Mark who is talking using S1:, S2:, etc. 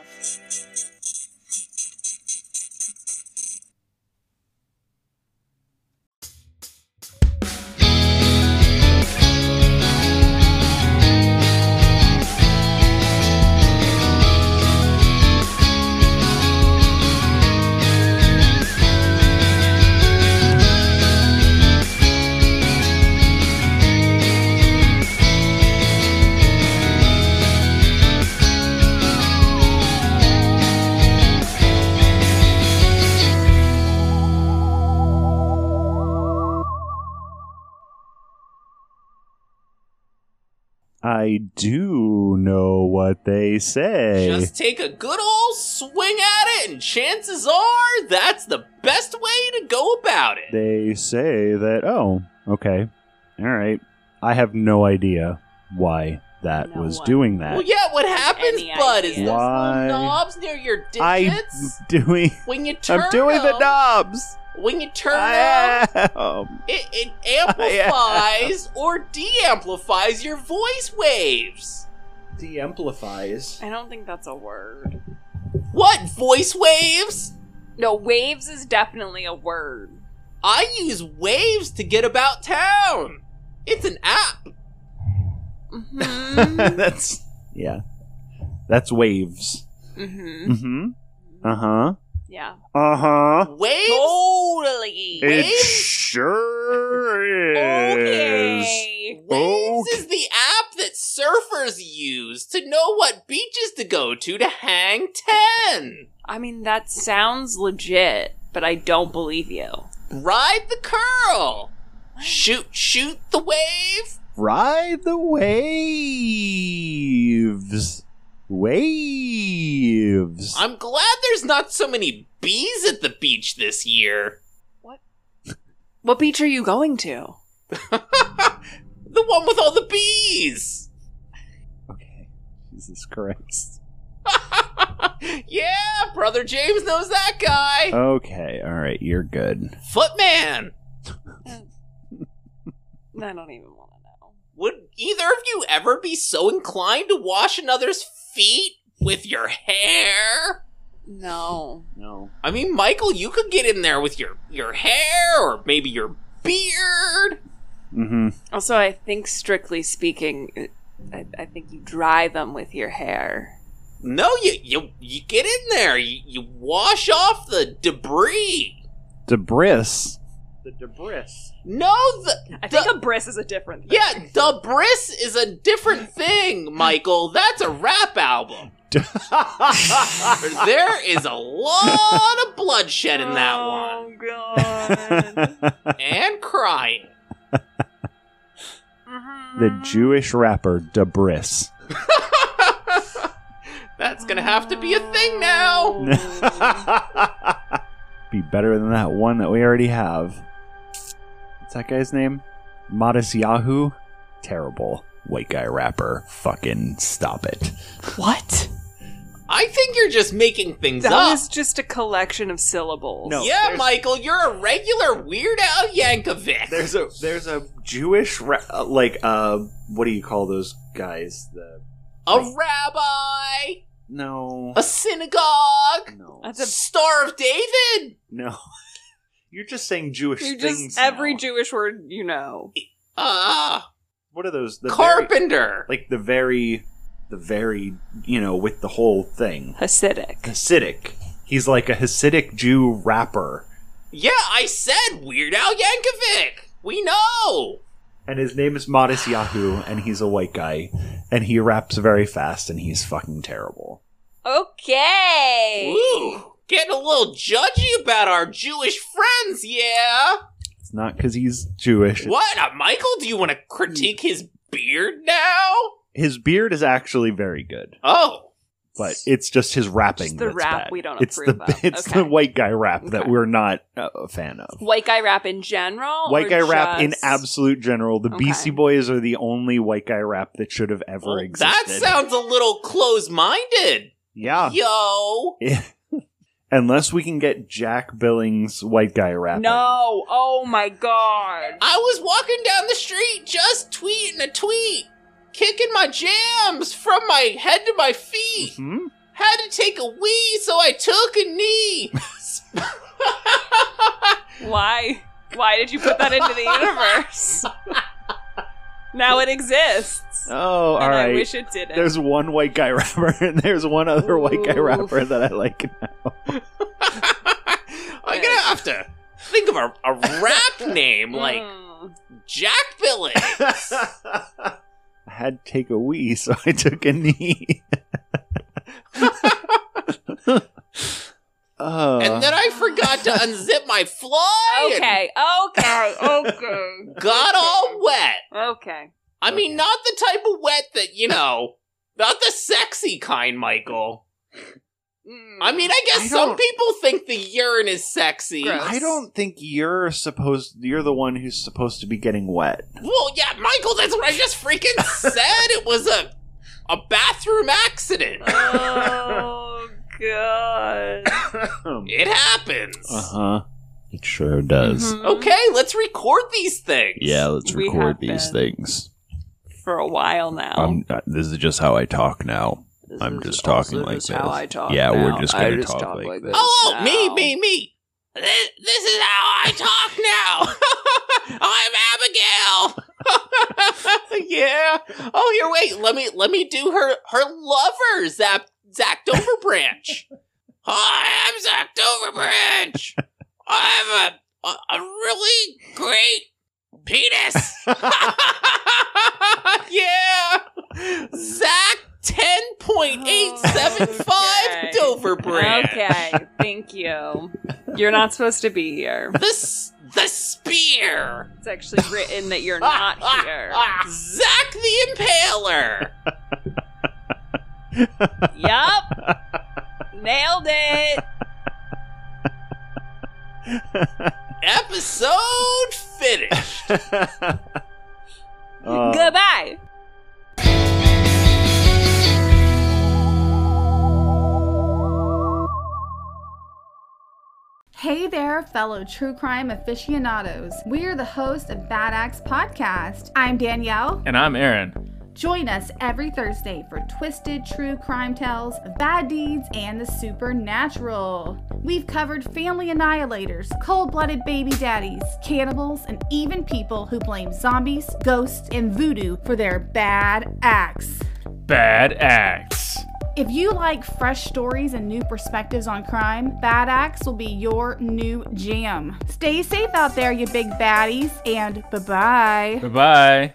S1: Podmoth.
S2: I do know what they say.
S3: Just take a good old swing at it, and chances are that's the best way to go about it.
S2: they say that, oh, okay, all right. I have no idea why that
S4: No
S2: was
S4: one-
S2: doing that.
S3: Well, yeah, what happens,
S4: Any
S3: bud, is
S4: idea.
S3: those
S2: Why?
S3: little knobs near your digits.
S2: I'm doing.
S3: when you turn
S2: I'm doing the
S3: them-
S2: knobs.
S3: When you turn them,
S2: I uh, am.
S3: it, it amplifies or de-amplifies your voice waves.
S5: De-amplifies.
S4: I don't think that's a word.
S3: What voice waves?
S4: No, waves is definitely a word.
S3: I use waves to get about town. It's an app.
S4: Mm-hmm.
S2: That's yeah. That's waves.
S4: mm-hmm.
S2: Mm-hmm. Uh huh.
S4: Yeah.
S2: Uh huh.
S3: Waves.
S4: Totally.
S2: It
S3: Waves?
S2: sure is.
S4: Okay.
S3: Waves
S2: Okay.
S3: is the app that surfers use to know what beaches to go to to hang 10.
S4: I mean, that sounds legit, but I don't believe you.
S3: Ride the curl. Shoot, shoot the wave.
S2: Ride the waves. Waves.
S3: I'm glad there's not so many bees at the beach this year.
S4: What beach are you going to?
S3: The one with all the bees.
S2: okay. Jesus Christ.
S3: yeah, brother James knows that guy.
S2: Uh. Okay. All right. You're good.
S3: Footman.
S4: I don't even want to know.
S3: Would either of you ever be so inclined to wash another's feet with your hair?
S4: No.
S2: No.
S3: I mean, Michael, you could get in there with your your hair or maybe your beard.
S2: Mm-hmm.
S4: Also, I think strictly speaking, I, I think you dry them with your hair.
S3: No, you you you get in there. You, you wash off the debris.
S2: Debris.
S5: The debris.
S3: No, the
S4: I
S3: think
S4: a bris is a different
S3: yeah, debris is a different thing, Michael. That's a rap album. there is a lot of bloodshed in that one
S4: Oh, God.
S3: and crying.
S4: Mm-hmm.
S2: the Jewish rapper Debris.
S3: That's gonna have to be a thing now.
S4: Oh.
S2: Be better than that one that we already have. What's that guy's name? Modest Yahoo? Terrible. White guy rapper. Fucking stop it.
S4: what?
S3: I think you're just making things
S4: That
S3: up.
S4: was just a collection of syllables.
S2: No.
S3: yeah,
S5: there's-
S3: Michael, you're a regular Weird Al Yankovic.
S5: There's a there's a Jewish ra- uh, like uh what do you call those guys? The
S3: a rabbi,
S5: no
S3: a synagogue,
S5: no
S4: That's
S3: the
S4: a
S3: Star of David.
S5: no. You're just saying Jewish
S4: You
S5: things.
S4: just every
S5: now.
S4: Jewish word you know.
S3: Ah,
S5: What are those? The very-
S3: carpenter.
S5: like the very, the very you know with the whole thing
S4: Hasidic.
S5: Hasidic. He's like a Hasidic Jew rapper,
S3: yeah, I said Weird Al Yankovic. We know.
S5: and his name is Modest Yahoo, and he's a white guy, and he raps very fast, and he's fucking terrible.
S4: Okay.
S3: Ooh, getting a little judgy about our Jewish friends, yeah.
S2: It's not because he's Jewish.
S3: What, uh, Michael? Do you want to critique his beard now?
S2: His beard is actually very good,
S3: Oh,
S2: but it's just his rapping.
S4: Just the
S2: that's
S4: rap
S2: bad.
S4: we don't
S2: it's
S4: approve
S2: the,
S4: of.
S2: It's
S4: Okay.
S2: the white guy rap that
S4: Okay.
S2: we're not uh, a fan of.
S4: White guy rap in general.
S2: White
S4: or
S2: guy rap in
S4: just-
S2: absolute general. The
S4: Okay.
S2: Beastie Boys are the only white guy rap that should have ever
S3: well,
S2: existed.
S3: that sounds a little close-minded.
S2: yeah.
S3: Yo,
S2: Unless we can get Jack Billings white guy rapping.
S4: No. Oh my god.
S3: I was walking down the street just tweeting a tweet, kicking my jams from my head to my feet.
S2: Hmm?
S3: Had to take a wee, so I took a knee.
S4: Why? Why did you put that into the universe? now it exists.
S2: Oh, all
S4: and
S2: right.
S4: I wish it didn't.
S2: there's one white guy rapper and there's one other white guy
S4: Ooh.
S2: rapper that I like.
S3: I'm gonna have to think of a, a rap name like
S4: Mm.
S3: Jack Billy.
S2: I had to take a wee, so I took a knee. oh,
S3: and then I forgot to unzip my fly. and
S4: Okay, okay, okay.
S3: Got all wet.
S4: Okay.
S3: I mean, not the type of wet that, you know, not the sexy kind, Michael.
S4: Mm.
S3: I mean, I guess
S2: I
S3: some
S2: don't-
S3: people think the urine is sexy.
S4: Gross.
S2: I don't think you're supposed. You're the one who's supposed to be getting wet.
S3: Well, yeah, Michael, that's what I just freaking said. It was a a bathroom accident.
S4: Oh, God.
S3: It happens.
S2: Uh huh. It sure does.
S4: Mhm.
S3: Okay, let's record these things.
S2: Yeah, let's
S4: We
S2: record
S4: have
S2: these
S4: been.
S2: things.
S4: For a while now.
S2: I'm, uh, this is just how I talk now.
S4: This
S2: I'm
S4: is
S2: just talking
S4: also
S2: like
S4: just
S2: this.
S4: How I talk
S2: Yeah, we're
S4: now.
S2: just
S4: I
S2: gonna talk like this.
S3: Oh,
S4: now.
S3: me, me, me. This, this is how I talk now. I'm Abigail. yeah. Oh, here, wait. Let me let me do her her lover, Zap Zach Overbranch. Hi, I'm Zach Overbranch. I have a, a a really great penis. yeah. Zach ten point eight seven
S4: Okay.
S3: five Doverbranch.
S4: Okay, thank you. You're not supposed to be here.
S3: The, s- the spear! Ah,
S4: It's actually written that you're not here.
S3: Zack the Impaler!
S4: Yup. Nailed it.
S3: Episode finished!
S2: Uh,
S4: Goodbye.
S1: Hey there, fellow true crime aficionados. We're the host of Bad Axe Podcast. I'm Danielle.
S6: And I'm Aaron.
S1: Join us every Thursday for twisted true crime tales of bad deeds and the supernatural. We've covered family annihilators, cold blooded baby daddies, cannibals, and even people who blame zombies, ghosts, and voodoo for their bad acts.
S6: Bad acts.
S1: If you like fresh stories and new perspectives on crime, Bad Axe will be your new jam. Stay safe out there, you big baddies, and bye bye.
S6: Bye bye.